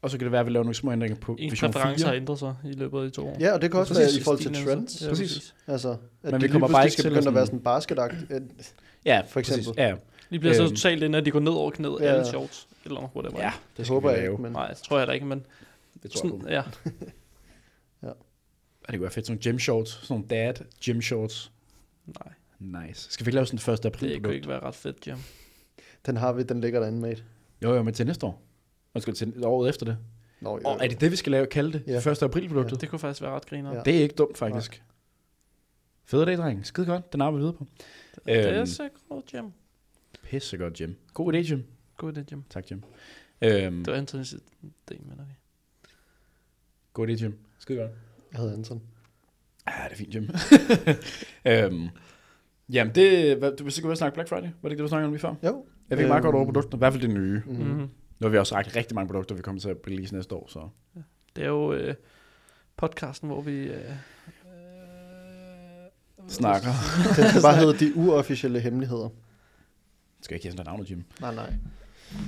[SPEAKER 1] Og så kan det være, at vi laver nogle små ændringer på
[SPEAKER 4] Ens
[SPEAKER 1] version
[SPEAKER 4] præferencer har
[SPEAKER 1] 4.
[SPEAKER 4] ændret sig i løbet af de to år.
[SPEAKER 3] Ja, og det kan også
[SPEAKER 1] Præcis.
[SPEAKER 3] være i forhold til
[SPEAKER 4] Stigende,
[SPEAKER 3] trends.
[SPEAKER 4] Ja,
[SPEAKER 1] Præcis.
[SPEAKER 4] præcis.
[SPEAKER 3] Altså, at
[SPEAKER 1] vi
[SPEAKER 3] Men vi
[SPEAKER 1] kommer
[SPEAKER 3] kommer
[SPEAKER 1] bare
[SPEAKER 3] bare
[SPEAKER 1] ikke
[SPEAKER 3] skal
[SPEAKER 1] til at
[SPEAKER 3] begynde at
[SPEAKER 1] sådan-
[SPEAKER 3] være sådan basketagt.
[SPEAKER 1] Ja,
[SPEAKER 3] For eksempel.
[SPEAKER 1] præcis. Ja,
[SPEAKER 4] De bliver så
[SPEAKER 1] Øhm.
[SPEAKER 4] totalt inde, at de går ned over knæet,
[SPEAKER 3] Ja.
[SPEAKER 4] alle shorts, eller noget, whatever.
[SPEAKER 1] ja det
[SPEAKER 3] Det
[SPEAKER 1] skal
[SPEAKER 3] håber
[SPEAKER 1] vi
[SPEAKER 3] jeg
[SPEAKER 1] lave.
[SPEAKER 3] ikke, men
[SPEAKER 4] Nej, det tror jeg da ikke, men
[SPEAKER 1] Det tror jeg på.
[SPEAKER 4] sådan, ja.
[SPEAKER 1] Ja, det kunne være fedt. Sådan nogle gym shorts. Sådan nogle dad gym shorts.
[SPEAKER 4] Nej,
[SPEAKER 1] Nice. Skal vi ikke lave sådan en 1. april
[SPEAKER 4] det kunne
[SPEAKER 1] produkt?
[SPEAKER 4] ikke være ret fedt, Jam.
[SPEAKER 3] den har vi, den ligger derinde, mate.
[SPEAKER 1] Jo, jo, men til næste år. Undskyld, til året efter det.
[SPEAKER 3] Nå, jo.
[SPEAKER 1] Og er det det, vi skal lave, kalde det?
[SPEAKER 3] Øh. Ja.
[SPEAKER 1] 1. april produktet?
[SPEAKER 4] Det kunne faktisk være ret griner.
[SPEAKER 3] Ja.
[SPEAKER 4] Ja.
[SPEAKER 1] Det er ikke dumt, faktisk. Fed dag, dreng. Skide godt. Den arbejder vi videre på.
[SPEAKER 4] Det er
[SPEAKER 1] Øhm.
[SPEAKER 4] sikkert, Jam.
[SPEAKER 1] Pisse godt, Jim. God idé, Jim.
[SPEAKER 4] God idé, Jam.
[SPEAKER 1] Tak, Jim. Øhm,
[SPEAKER 4] Det var Antonis idé, mener vi.
[SPEAKER 1] god idé, Jim. Skide godt.
[SPEAKER 3] Jeg hedder Anton.
[SPEAKER 1] Ja, det er fint, Jim. øhm, jamen, det, hvad, du vil sikkert snakke Black Friday. Var det ikke det, du snakkede om lige før?
[SPEAKER 3] Jo.
[SPEAKER 1] Jeg fik øhm, meget godt over
[SPEAKER 3] Øhm,
[SPEAKER 1] produkterne. I hvert fald det nye.
[SPEAKER 3] Mm. Mm.
[SPEAKER 4] Mm-hmm.
[SPEAKER 1] Nu har vi også sagt rigtig mange produkter, vi kommer til at release næste år.
[SPEAKER 4] Øh,
[SPEAKER 1] Så.
[SPEAKER 4] Det er jo øh, podcasten, hvor vi... Øh, øh,
[SPEAKER 1] Snakker.
[SPEAKER 3] Den skal bare hedde De Uofficielle Hemmeligheder.
[SPEAKER 1] Skal jeg ikke have sådan et navn, Jim?
[SPEAKER 3] Nej, nej.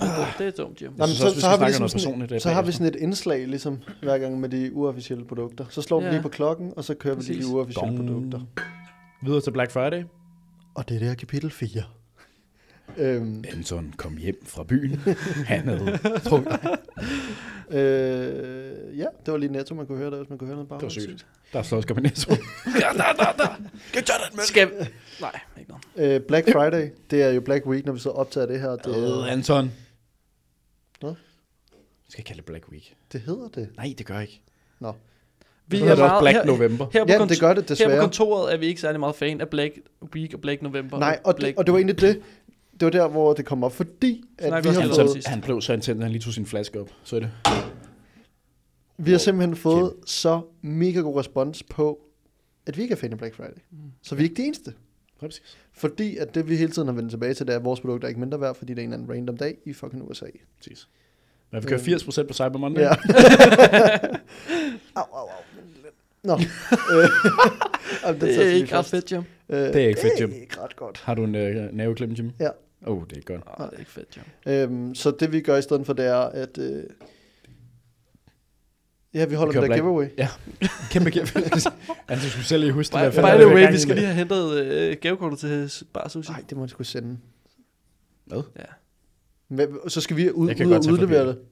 [SPEAKER 3] Ah.
[SPEAKER 4] Det er dumt, Jim.
[SPEAKER 1] Jeg
[SPEAKER 3] men
[SPEAKER 1] synes
[SPEAKER 3] så-
[SPEAKER 1] også, vi
[SPEAKER 3] så
[SPEAKER 1] skal snakke
[SPEAKER 3] har vi
[SPEAKER 1] om noget
[SPEAKER 3] ligesom sådan-
[SPEAKER 1] personligt. øh,
[SPEAKER 3] Så har vi
[SPEAKER 1] bagefter.
[SPEAKER 3] sådan et indslag, ligesom hver gang med de uofficielle produkter. Så slår vi
[SPEAKER 4] Ja.
[SPEAKER 3] lige på klokken, og så kører vi lige
[SPEAKER 4] Præcis.
[SPEAKER 3] de uofficielle
[SPEAKER 1] Dong.
[SPEAKER 3] produkter.
[SPEAKER 1] Videre til Black Friday.
[SPEAKER 3] Og det er der kapitel 4. øhm,
[SPEAKER 1] Anton kom hjem fra byen. Han havde drukket.
[SPEAKER 3] øh, ja, det var lige netto, man kunne høre det, hvis man kunne høre noget bare.
[SPEAKER 1] Det var sygt. Der er slået skal man næste
[SPEAKER 4] Ja, da, da, da. Skal... Nej, ikke noget.
[SPEAKER 3] Øh, Black Friday, det er jo Black Week, når vi så optager det her. Det,
[SPEAKER 1] Øh, Anton.
[SPEAKER 3] Hvad?
[SPEAKER 1] Jeg skal ikke kalde det Black Week.
[SPEAKER 3] det hedder det.
[SPEAKER 1] Nej, det gør jeg ikke.
[SPEAKER 3] Nå.
[SPEAKER 4] Vi
[SPEAKER 1] Det er det også Black
[SPEAKER 4] her,
[SPEAKER 1] November.
[SPEAKER 4] Her på,
[SPEAKER 3] Ja, det gør det
[SPEAKER 4] her på
[SPEAKER 3] desværre.
[SPEAKER 4] kontoret er vi ikke særlig meget fan af Black Week og Black November.
[SPEAKER 3] Nej, og
[SPEAKER 4] Black...
[SPEAKER 3] det, og det var egentlig det. Det var der, hvor det kom op, fordi
[SPEAKER 4] Snakker
[SPEAKER 3] at vi
[SPEAKER 4] også
[SPEAKER 3] har,
[SPEAKER 4] lidt om
[SPEAKER 3] fået,
[SPEAKER 4] sidst.
[SPEAKER 1] Han blev så intens, at han lige tog sin flaske op. Så er det.
[SPEAKER 3] vi har simpelthen fået så mega god respons på, at vi ikke er fan af Black Friday. Så vi er ikke de eneste.
[SPEAKER 1] Præcis.
[SPEAKER 3] Fordi at det, vi hele tiden har vendt tilbage til, det er, at vores produkter er ikke mindre værd, fordi det er en eller anden random dag i fucking USA.
[SPEAKER 1] Præcis. Men vi kører 80% på Cyber Monday.
[SPEAKER 3] Ja.
[SPEAKER 1] Ja.
[SPEAKER 3] au, au, au. Nå. Øh, jamen,
[SPEAKER 4] det
[SPEAKER 3] tager
[SPEAKER 4] er
[SPEAKER 3] vi
[SPEAKER 4] ikke ret
[SPEAKER 3] først.
[SPEAKER 4] fedt, Jim.
[SPEAKER 3] Øh,
[SPEAKER 1] Det er ikke fedt, Jim.
[SPEAKER 3] Det er ikke ret godt.
[SPEAKER 1] Har du en øh, nerveklem, Jim?
[SPEAKER 3] Ja.
[SPEAKER 1] Åh, oh, det er godt.
[SPEAKER 4] Nej, Ah, det er ikke fedt, Jim.
[SPEAKER 3] Øhm, så det, vi gør i stedet for, det er, at... Øh, ja, vi holder
[SPEAKER 1] Vi kører
[SPEAKER 3] den der
[SPEAKER 1] Black-
[SPEAKER 3] giveaway.
[SPEAKER 1] Kæmpe kæmpe. altså, du skulle selv lige huske det.
[SPEAKER 4] By,
[SPEAKER 1] Hvad fanden
[SPEAKER 4] by
[SPEAKER 1] er
[SPEAKER 4] the
[SPEAKER 1] det,
[SPEAKER 4] way,
[SPEAKER 1] gang
[SPEAKER 4] vi
[SPEAKER 1] i
[SPEAKER 4] skal
[SPEAKER 1] det?
[SPEAKER 4] lige have hentet øh, gavekortet til s- Bar Sushi.
[SPEAKER 3] Nej, det må jeg sgu sende.
[SPEAKER 1] Hvad?
[SPEAKER 4] Ja.
[SPEAKER 3] Men, så skal vi ud,
[SPEAKER 1] Jeg kan
[SPEAKER 3] ud
[SPEAKER 1] godt
[SPEAKER 3] og
[SPEAKER 1] tage fra
[SPEAKER 3] udlevere
[SPEAKER 1] bilen.
[SPEAKER 3] det.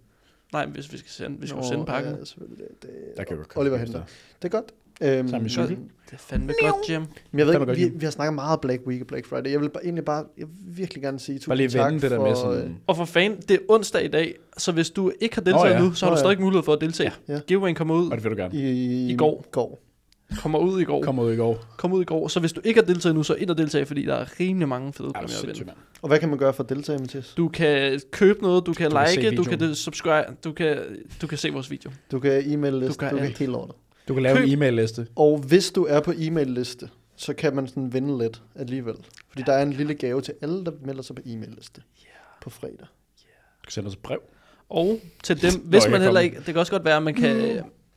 [SPEAKER 4] Nej, men hvis vi skal sende, vi skal
[SPEAKER 3] Nå,
[SPEAKER 4] sende pakken.
[SPEAKER 3] Ja, selvfølgelig. det,
[SPEAKER 1] Der kan
[SPEAKER 3] det,
[SPEAKER 1] du godt
[SPEAKER 3] Oliver
[SPEAKER 1] komme
[SPEAKER 3] henter.
[SPEAKER 1] efter.
[SPEAKER 3] Det er godt. Øhm,
[SPEAKER 1] Sammen med
[SPEAKER 4] Godt.
[SPEAKER 1] cykel.
[SPEAKER 4] Det er fandme godt, Jim.
[SPEAKER 3] Men jeg
[SPEAKER 1] Fandme
[SPEAKER 3] ved ikke,
[SPEAKER 1] godt,
[SPEAKER 3] vi,
[SPEAKER 1] Jim.
[SPEAKER 3] vi har snakket meget om Black Week og Black Friday. Jeg vil bare, egentlig bare jeg vil virkelig gerne sige tusind
[SPEAKER 1] Bare lige
[SPEAKER 3] tak
[SPEAKER 1] vende det der
[SPEAKER 3] for,
[SPEAKER 1] med sådan...
[SPEAKER 3] øh,
[SPEAKER 4] Og for fanden, det er onsdag i dag, så hvis du ikke har deltaget
[SPEAKER 1] Nå ja.
[SPEAKER 4] nu, så har
[SPEAKER 3] Nå
[SPEAKER 4] du
[SPEAKER 3] ja.
[SPEAKER 4] stadig mulighed for at deltage.
[SPEAKER 3] Ja.
[SPEAKER 4] Giveawayen kommer ud,
[SPEAKER 1] Og det vil du gerne.
[SPEAKER 3] øh, i,
[SPEAKER 4] I går.
[SPEAKER 3] går.
[SPEAKER 4] kommer ud i går,
[SPEAKER 1] Kom ud i går.
[SPEAKER 4] kommer ud i går. Så hvis du ikke har deltaget nu, så ind og deltage, fordi der er rimelig mange fede
[SPEAKER 1] Er du
[SPEAKER 4] præmier at
[SPEAKER 1] sindssyg,
[SPEAKER 4] vinde.
[SPEAKER 1] mand.
[SPEAKER 3] Og hvad kan man gøre for at deltage, Mathias?
[SPEAKER 4] Du kan købe noget, du kan
[SPEAKER 1] Du kan se
[SPEAKER 4] like, du
[SPEAKER 1] videoen.
[SPEAKER 4] kan det- subscribe, du kan, du kan se vores video.
[SPEAKER 3] Du kan e-mail-liste,
[SPEAKER 4] Du
[SPEAKER 3] du
[SPEAKER 4] kan
[SPEAKER 3] kan, du kan
[SPEAKER 4] alt.
[SPEAKER 3] helt lortet.
[SPEAKER 1] Du kan lave en
[SPEAKER 4] Køb.
[SPEAKER 1] e-mail-liste.
[SPEAKER 3] Og hvis du er på e-mail-liste, så kan man sådan vinde lidt alligevel. Fordi der er en lille gave til alle, der melder sig på e-mail-liste på fredag.
[SPEAKER 1] Du kan sende os et brev.
[SPEAKER 4] Og til dem, hvis
[SPEAKER 1] jeg
[SPEAKER 4] man
[SPEAKER 1] kan
[SPEAKER 4] heller
[SPEAKER 1] komme.
[SPEAKER 4] ikke, det kan også godt være, at man kan,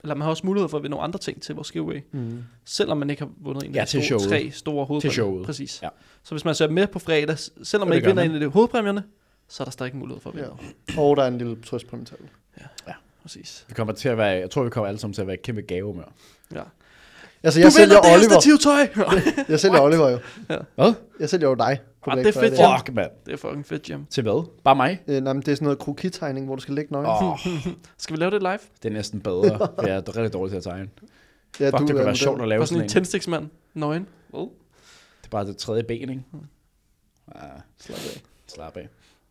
[SPEAKER 4] eller man har også mulighed for at vinde nogle andre ting til vores giveaway.
[SPEAKER 3] Mm.
[SPEAKER 4] Selvom man ikke har vundet en
[SPEAKER 1] Ja,
[SPEAKER 4] af de
[SPEAKER 1] til
[SPEAKER 4] store,
[SPEAKER 1] showet.
[SPEAKER 4] tre store hovedpræmier.
[SPEAKER 1] showet.
[SPEAKER 4] Præcis.
[SPEAKER 1] Ja.
[SPEAKER 4] Så hvis man ser med på fredag, s- selvom
[SPEAKER 1] Og
[SPEAKER 4] man
[SPEAKER 1] det
[SPEAKER 4] ikke
[SPEAKER 1] gør
[SPEAKER 4] vinder
[SPEAKER 1] man.
[SPEAKER 4] en af de hovedpræmierne, så er der stadig mulighed for at vinde.
[SPEAKER 3] Ja.
[SPEAKER 4] noget.
[SPEAKER 3] Og der er en lille trøstpræmital.
[SPEAKER 4] Præcis.
[SPEAKER 1] Vi kommer til at være, jeg tror, vi kommer alle sammen til at være et kæmpe gavemør.
[SPEAKER 4] Ja.
[SPEAKER 3] Altså, jeg sælger Oliver.
[SPEAKER 4] stativtøj!
[SPEAKER 3] Jeg sælger Oliver jo.
[SPEAKER 1] Hvad?
[SPEAKER 3] Jeg sælger jo dig. På
[SPEAKER 4] Ah,
[SPEAKER 3] Black
[SPEAKER 4] det er fedt,
[SPEAKER 3] Friday.
[SPEAKER 4] ja.
[SPEAKER 1] Fuck, mand.
[SPEAKER 4] det er fucking fedt, Jim.
[SPEAKER 1] Til hvad? Bare mig?
[SPEAKER 3] Øh, nej, men det er sådan noget krokitegning, hvor du skal lægge nøgen.
[SPEAKER 4] Ah.
[SPEAKER 1] Åh, oh,
[SPEAKER 4] Skal vi lave det live?
[SPEAKER 1] det er næsten bedre, for jeg er rigtig dårlig til at tegne.
[SPEAKER 3] ja,
[SPEAKER 1] Fuck, det
[SPEAKER 3] er
[SPEAKER 1] kunne være
[SPEAKER 3] model.
[SPEAKER 1] sjovt at
[SPEAKER 4] På
[SPEAKER 1] lave
[SPEAKER 4] sådan en
[SPEAKER 1] sådan en.
[SPEAKER 4] tændstiksmand. Nøgen. Well,
[SPEAKER 1] Det er bare det tredje ben, ikke? Ah,
[SPEAKER 3] Slap af.
[SPEAKER 1] slap af.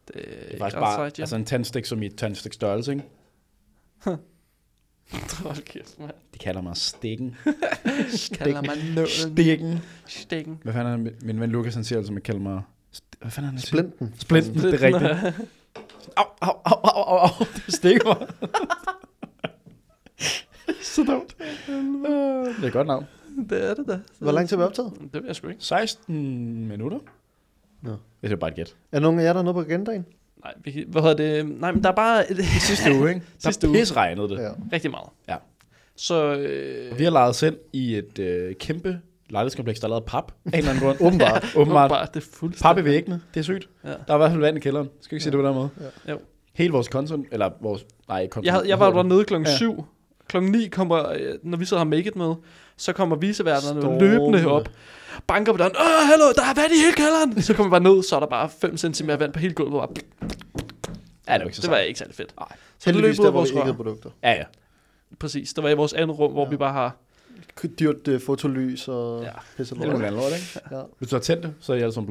[SPEAKER 4] det er,
[SPEAKER 1] Det er
[SPEAKER 4] ikke ret
[SPEAKER 1] faktisk bare
[SPEAKER 4] sejt, Jim.
[SPEAKER 1] altså en tandstik som i et tandstik størrelse, ikke?
[SPEAKER 4] Hold kæft, mand.
[SPEAKER 1] De kalder mig stikken.
[SPEAKER 4] Kalder man nølen.
[SPEAKER 1] Stikken.
[SPEAKER 4] Stikken.
[SPEAKER 1] Hvad fanden er det, min- min ven Lukas, han siger altid, man kalder mig... st- Hvad fanden er det? han siger?
[SPEAKER 3] Splinten.
[SPEAKER 1] Splinten, det er rigtigt. Au, au, au, au, au, au. Det stikker mig. Så dumt. Øh, Det er et godt navn.
[SPEAKER 4] Det er det da.
[SPEAKER 3] Hvor lang tid er vi optaget?
[SPEAKER 4] Det ved jeg sgu ikke.
[SPEAKER 1] 16 minutter?
[SPEAKER 3] Nå.
[SPEAKER 1] Det er bare et gæt.
[SPEAKER 3] Er nogen af jer, der er noget på agendaen?
[SPEAKER 4] Nej, vi, hvad hedder det? Nej, men der er bare et,
[SPEAKER 1] Sidste uge, ikke?
[SPEAKER 4] Sidste
[SPEAKER 1] Der
[SPEAKER 4] uge.
[SPEAKER 1] pis regnede det.
[SPEAKER 3] Ja.
[SPEAKER 4] rigtig meget.
[SPEAKER 1] Ja.
[SPEAKER 4] Så øh,
[SPEAKER 1] Vi har lejet os ind i et øh, kæmpe lejlighedskompleks, der er lavet af pap. Af en eller anden grund.
[SPEAKER 3] Åbenbart.
[SPEAKER 1] Åbenbart.
[SPEAKER 4] bare, det er
[SPEAKER 1] Pap i
[SPEAKER 4] fuldstændig.
[SPEAKER 1] væggene, det er sygt.
[SPEAKER 4] Ja.
[SPEAKER 1] Der er i hvert fald vand i kælderen. Skal vi ikke sige det på den måde?
[SPEAKER 4] Jo.
[SPEAKER 1] Hele vores content, eller vores, nej, ikke content.
[SPEAKER 4] Jeg, havde- jeg var
[SPEAKER 1] Hvad
[SPEAKER 4] dernede klokken
[SPEAKER 1] Ja.
[SPEAKER 4] 7. Klokken 9 kommer, øh, når vi så har make it med, så kommer viseværterne
[SPEAKER 1] Stormende.
[SPEAKER 4] løbende op, banker på døren, Åh, hallo, der er vand i hele kælderen! Så kommer vi bare ned, så er der bare 5 cm vand på hele gulvet. Bare,
[SPEAKER 1] Ja, det var ikke så
[SPEAKER 4] det var ikke særlig fedt.
[SPEAKER 1] Nej.
[SPEAKER 4] Så det
[SPEAKER 3] Heldigvis
[SPEAKER 4] løb ud
[SPEAKER 3] der,
[SPEAKER 4] af
[SPEAKER 3] hvor
[SPEAKER 4] vores
[SPEAKER 3] vi ikke havde
[SPEAKER 4] rør.
[SPEAKER 3] produkter.
[SPEAKER 1] Ja, ja.
[SPEAKER 4] Præcis, det var i vores andet rum, hvor
[SPEAKER 3] Ja.
[SPEAKER 4] vi bare har...
[SPEAKER 3] Dyrt øh, fotolys og
[SPEAKER 4] Ja.
[SPEAKER 3] ja. pisse
[SPEAKER 1] Det er
[SPEAKER 3] lort.
[SPEAKER 1] noget andet lort, ikke?
[SPEAKER 3] Ja.
[SPEAKER 1] Hvis du har tændt det, så er I alle sammen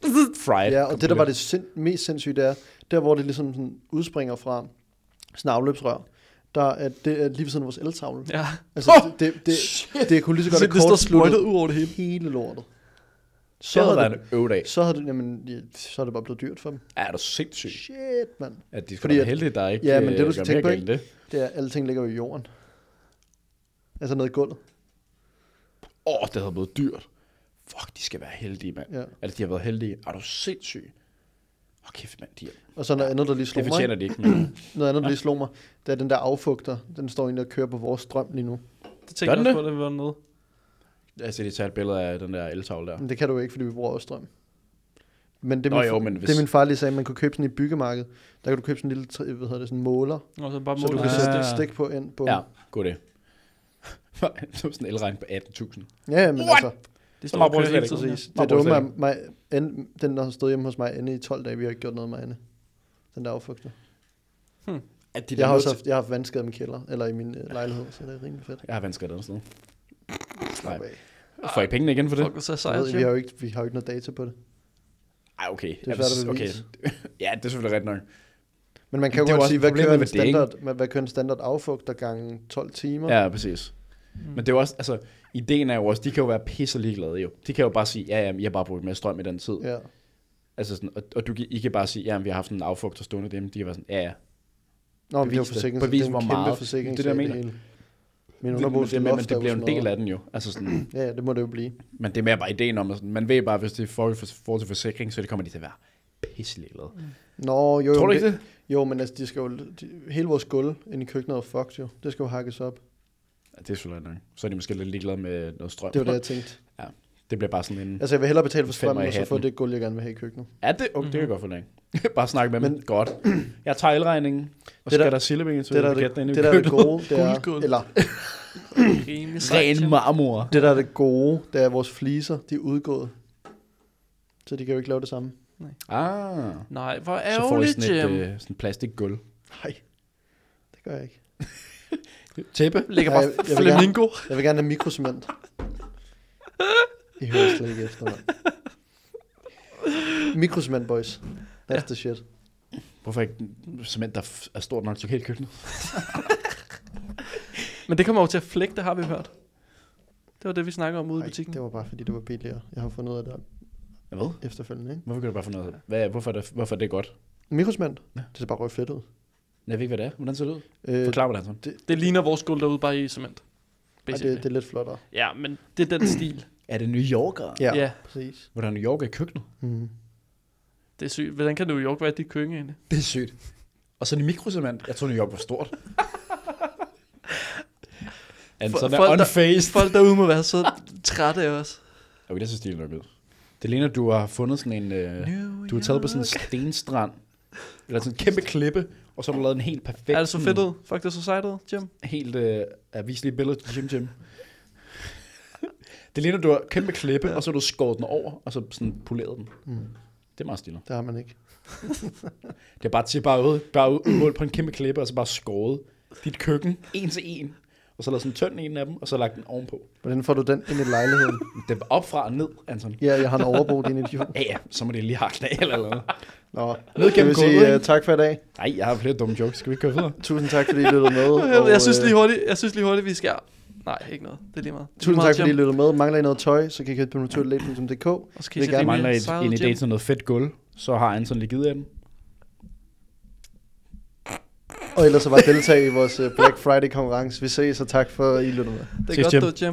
[SPEAKER 1] blevet fried.
[SPEAKER 3] Ja, og det, der var det sind- mest sindssygt, det er, der hvor det ligesom sådan udspringer fra sådan afløbsrør, der er, det er lige ved siden af vores eltavle. Ja.
[SPEAKER 4] Ja.
[SPEAKER 3] Altså,
[SPEAKER 1] Åh,
[SPEAKER 3] det, det, det, det kunne lige så godt
[SPEAKER 4] Så
[SPEAKER 3] have
[SPEAKER 4] det står sprøjtet
[SPEAKER 3] kortsluttet
[SPEAKER 4] ud over det hele.
[SPEAKER 3] hele lortet.
[SPEAKER 1] Så
[SPEAKER 3] Så
[SPEAKER 1] havde
[SPEAKER 3] havde,
[SPEAKER 1] været
[SPEAKER 3] det,
[SPEAKER 1] en øvedag.
[SPEAKER 3] så havde det, jamen, ja, så er det bare blevet dyrt for dem.
[SPEAKER 1] Ja, det er sindssygt.
[SPEAKER 3] Shit, mand.
[SPEAKER 1] At de
[SPEAKER 3] Fordi
[SPEAKER 1] skulle være
[SPEAKER 3] at-
[SPEAKER 1] heldige, der ikke
[SPEAKER 3] Ja, men det, du
[SPEAKER 1] øh,
[SPEAKER 3] skal
[SPEAKER 1] gør mere
[SPEAKER 3] tænke på,
[SPEAKER 1] galt end det.
[SPEAKER 3] Det er, alting ligger jo i jorden. Altså nede i gulvet.
[SPEAKER 1] åh, det havde blevet dyrt. Fuck, de skal være heldige, mand.
[SPEAKER 3] Ja.
[SPEAKER 1] Ja. Altså, de har været heldige. Er du sindssyg? Åh, kæft, mand, de er...
[SPEAKER 3] Og så noget andet, der lige slog
[SPEAKER 1] Det
[SPEAKER 3] mig.
[SPEAKER 1] fortjener de ikke, men...
[SPEAKER 3] Noget andet, der lige slog mig, det er den der affugter. Den står egentlig og kører på vores strøm lige nu.
[SPEAKER 4] Det tænker
[SPEAKER 1] Gør
[SPEAKER 4] jeg
[SPEAKER 1] den
[SPEAKER 4] også på, da vi var dernede.
[SPEAKER 1] altså, de tager et billede af den der eltavle der.
[SPEAKER 3] Men det kan du jo ikke, fordi vi bruger også strøm. Men det,
[SPEAKER 1] Nå
[SPEAKER 3] min,
[SPEAKER 1] jo,
[SPEAKER 3] fa-
[SPEAKER 1] men hvis-
[SPEAKER 3] det min far lige sagde, man kunne købe sådan i byggemarkedet. Der kan du købe sådan en lille tri- hvad hedder det, sådan en måler,
[SPEAKER 4] Og så bare
[SPEAKER 3] så du
[SPEAKER 4] måler.
[SPEAKER 3] kan sætte
[SPEAKER 1] Ah.
[SPEAKER 3] et stik på ind på.
[SPEAKER 1] Ja, god det. det var sådan en elregn på 18.000.
[SPEAKER 3] ja ja, men
[SPEAKER 1] What?
[SPEAKER 3] altså,
[SPEAKER 4] Det
[SPEAKER 1] Så meget
[SPEAKER 4] og kører
[SPEAKER 1] bruger
[SPEAKER 4] hele
[SPEAKER 1] det
[SPEAKER 4] tiden,
[SPEAKER 3] præcis.
[SPEAKER 1] Nå,
[SPEAKER 3] Det dumme
[SPEAKER 1] bruger
[SPEAKER 3] er,
[SPEAKER 1] slet
[SPEAKER 3] mig, end, den der har stået hjemme hos mig inde i 12 dage, vi har ikke gjort noget med hende. Den der affugter.
[SPEAKER 1] At de der
[SPEAKER 3] Jeg har
[SPEAKER 1] nødt
[SPEAKER 3] også
[SPEAKER 1] til-
[SPEAKER 3] haft, jeg har haft vandskade i min kælder, eller i min øh, lejlighed, så det er rimelig fedt.
[SPEAKER 1] Jeg har vanskeligt andet sted. Nej.
[SPEAKER 3] Slap af.
[SPEAKER 1] Får I pengene igen for
[SPEAKER 4] ja.
[SPEAKER 1] det?
[SPEAKER 4] Fuck, og så er
[SPEAKER 3] Jeg
[SPEAKER 4] sejt,
[SPEAKER 3] ved, vi, har jo ikke, vi har jo ikke noget data på det.
[SPEAKER 1] Ej, okay.
[SPEAKER 3] Det er svært at bevise.
[SPEAKER 1] ja, det er selvfølgelig ret nok.
[SPEAKER 3] Men man kan
[SPEAKER 1] Det er
[SPEAKER 3] jo
[SPEAKER 1] jo
[SPEAKER 3] godt
[SPEAKER 1] også
[SPEAKER 3] sige, hvad
[SPEAKER 1] problemet
[SPEAKER 3] kører,
[SPEAKER 1] med
[SPEAKER 3] en
[SPEAKER 1] det, ikke?
[SPEAKER 3] standard, hvad, hvad kører en standard affugter gange 12 timer?
[SPEAKER 1] Ja, præcis.
[SPEAKER 3] Mm.
[SPEAKER 1] Men det er jo også, altså, ideen er jo også, de kan jo være pisse ligeglade jo. De kan jo bare sige, ja, ja, jeg har bare brugt mere strøm i den tid.
[SPEAKER 3] ja.
[SPEAKER 1] Altså sådan, og, og du, kan- I kan bare sige, ja, vi har haft en affugter stående derhjemme. De kan være sådan, ja, ja.
[SPEAKER 3] Nå, men det er jo
[SPEAKER 1] Bevis det.
[SPEAKER 3] forsikring,
[SPEAKER 1] Bevis,
[SPEAKER 3] det er en
[SPEAKER 1] hvor
[SPEAKER 3] kæmpe
[SPEAKER 1] meget.
[SPEAKER 3] forsikring.
[SPEAKER 1] Det er det, jeg
[SPEAKER 3] hele.
[SPEAKER 1] Men
[SPEAKER 3] Min
[SPEAKER 1] det, men
[SPEAKER 3] underbrug
[SPEAKER 1] det,
[SPEAKER 3] skal
[SPEAKER 1] men, men
[SPEAKER 3] lofte
[SPEAKER 1] det bliver
[SPEAKER 3] og
[SPEAKER 1] en
[SPEAKER 3] sådan
[SPEAKER 1] del
[SPEAKER 3] noget.
[SPEAKER 1] af den jo. Altså sådan,
[SPEAKER 3] Ja, ja, det må det jo blive.
[SPEAKER 1] men det er mere bare ideen om, at sådan, man ved bare, hvis det er for, for, for til forsikring, så det kommer de til at være pisse ligeglade.
[SPEAKER 4] Mm.
[SPEAKER 3] Nå, jo,
[SPEAKER 1] Tror du
[SPEAKER 3] jo,
[SPEAKER 1] ikke det?
[SPEAKER 3] jo men altså, de skal jo, de, hele vores gulv inde i køkkenet er fucked jo. Det skal jo hakkes op.
[SPEAKER 1] Ja, det er selvfølgelig ret nok. Så er de måske lidt ligeglade med noget strøm.
[SPEAKER 3] Det var det, jeg tænkte.
[SPEAKER 1] det bliver bare sådan en...
[SPEAKER 3] Altså, jeg vil hellere betale for
[SPEAKER 1] Femmer
[SPEAKER 3] strømmen,
[SPEAKER 1] i
[SPEAKER 3] og så få
[SPEAKER 1] hatten.
[SPEAKER 3] det gulv, jeg gerne vil have i køkkenet.
[SPEAKER 1] Ja, det, okay, det kan jeg godt forlænge. Bare snakke med
[SPEAKER 3] Men-
[SPEAKER 1] dem. Godt. Jeg tager elregningen, og
[SPEAKER 3] Det
[SPEAKER 1] så
[SPEAKER 3] der-
[SPEAKER 1] skal der silleben til
[SPEAKER 3] Det, der er
[SPEAKER 1] bagetten inde
[SPEAKER 3] det,
[SPEAKER 1] i
[SPEAKER 3] det, der er det
[SPEAKER 1] køkkenet.
[SPEAKER 3] gode, det er,
[SPEAKER 4] Guldgulv.
[SPEAKER 3] eller
[SPEAKER 4] rimelig sejt.
[SPEAKER 1] Ren marmor.
[SPEAKER 3] Det, der er det gode, det er, at vores fliser, de er udgået. Så de kan jo ikke lave det samme.
[SPEAKER 1] Ah.
[SPEAKER 4] Nej, hvor
[SPEAKER 1] Så får I
[SPEAKER 4] ærgerligt,
[SPEAKER 1] sådan
[SPEAKER 4] Jim.
[SPEAKER 1] et øh, sådan plastikgulv.
[SPEAKER 3] Nej, det gør jeg ikke.
[SPEAKER 1] Tæppe?
[SPEAKER 4] Lægger
[SPEAKER 3] Nej,
[SPEAKER 4] bare
[SPEAKER 3] jeg- jeg vil gerne-
[SPEAKER 4] flamingo.
[SPEAKER 3] Jeg vil gerne have mikrocement. I hører slet ikke efter, mand. Mikrocement, boys. That's the shit.
[SPEAKER 1] Hvorfor ikke den cement, der f- er stort nok til hele køkkenet?
[SPEAKER 4] Men det kommer jo til at flække, det har vi hørt. Det var det, vi snakker om ude i
[SPEAKER 3] Ej,
[SPEAKER 4] butikken.
[SPEAKER 3] det var bare, fordi det var billigere. Jeg har fundet ud af det
[SPEAKER 1] Ja, Hvad?
[SPEAKER 3] efterfølgende, ikke?
[SPEAKER 1] Hvorfor kan du bare få noget? Hvad, hvorfor, er det, hvorfor er det godt?
[SPEAKER 3] Mikrocement, det ser bare røg fedt ud.
[SPEAKER 1] Jeg ved ikke, hvad det er. Hvordan ser det ud?
[SPEAKER 3] Øh,
[SPEAKER 1] Forklar mig det, Anton.
[SPEAKER 4] Det ligner vores gulv derude bare i cement.
[SPEAKER 3] ej,
[SPEAKER 4] Basically.
[SPEAKER 3] det, det er lidt flottere.
[SPEAKER 4] Ja, men det er den stil.
[SPEAKER 1] Er det New Yorker?
[SPEAKER 3] Ja,
[SPEAKER 4] Ja.
[SPEAKER 3] ja. præcis.
[SPEAKER 1] Hvordan er New Yorker i køkkenet?
[SPEAKER 3] Mm.
[SPEAKER 4] Det er sygt. Hvordan kan New York være i dit køkken egentlig?
[SPEAKER 1] Det er sygt. Og så er det mikrocement. Jeg tror New York var stort. And
[SPEAKER 4] For-
[SPEAKER 1] sådan er
[SPEAKER 4] folk, der-
[SPEAKER 1] unfaced.
[SPEAKER 4] Folk derude må være så trætte af os.
[SPEAKER 1] Okay, det ser stilet nok ud. Det ligner, du har fundet sådan en... Øh, du har taget på sådan en stenstrand, eller sådan en kæmpe klippe, og så har du lavet en helt perfekt...
[SPEAKER 4] Er det så
[SPEAKER 1] sådan
[SPEAKER 4] fedt ud? Fuck, det er så sejt ud, Jim.
[SPEAKER 1] Helt øh, avislige billede til Jim Jim. det ligner, du har en kæmpe klippe, ja. og så har du skåret den over, og så sådan poleret den.
[SPEAKER 3] Mm.
[SPEAKER 1] Det er meget stilet.
[SPEAKER 3] Det har man ikke.
[SPEAKER 1] Det er bare til bare ud, bare ud, målt på en kæmpe klippe, og så bare skåret dit køkken, en til en. Og så lavet sådan en tynd en af dem, og så lagt den ovenpå.
[SPEAKER 3] Hvordan får du den ind i lejligheden?
[SPEAKER 1] Det var op fra og ned, Anton.
[SPEAKER 3] Ja, jeg har en overbrug, din idiot.
[SPEAKER 1] Ja, ja, så må det lige hakke den af eller noget.
[SPEAKER 3] Nå,
[SPEAKER 1] Ned
[SPEAKER 3] jeg
[SPEAKER 1] gennem
[SPEAKER 3] vil
[SPEAKER 1] gulvet,
[SPEAKER 3] sige
[SPEAKER 1] ikke?
[SPEAKER 3] uh, tak for i dag.
[SPEAKER 1] Nej, jeg har flere dumme jokes. Skal vi ikke køre videre?
[SPEAKER 3] Tusind tak, fordi I lyttede med.
[SPEAKER 4] Jeg, jeg, synes
[SPEAKER 3] øh,
[SPEAKER 4] lige hurtigt, jeg synes lige hurtigt, vi skal... Nej, ikke noget. Det er lige meget. Det er
[SPEAKER 3] Tusind
[SPEAKER 4] lige
[SPEAKER 3] tak,
[SPEAKER 4] meget,
[SPEAKER 3] fordi I
[SPEAKER 4] Jim.
[SPEAKER 3] lyttede med. Mangler I noget tøj, så kan I købe det på naturlæb.dk.
[SPEAKER 4] Og så kan I
[SPEAKER 3] vil
[SPEAKER 4] se
[SPEAKER 3] gerne-
[SPEAKER 1] Jeg
[SPEAKER 4] rimelig
[SPEAKER 1] mangler
[SPEAKER 4] sejt
[SPEAKER 1] et,
[SPEAKER 4] ud,
[SPEAKER 1] en idé
[SPEAKER 4] Jim.
[SPEAKER 1] til noget fedt gulv, så har Anton lige givet af den.
[SPEAKER 3] Og ellers så bare deltage i vores øh, Black Friday konkurrence. Vi ses, og tak for, at I lyttede med.
[SPEAKER 4] Det er
[SPEAKER 1] Ses,
[SPEAKER 4] godt,
[SPEAKER 1] Jim.
[SPEAKER 4] du, Jim.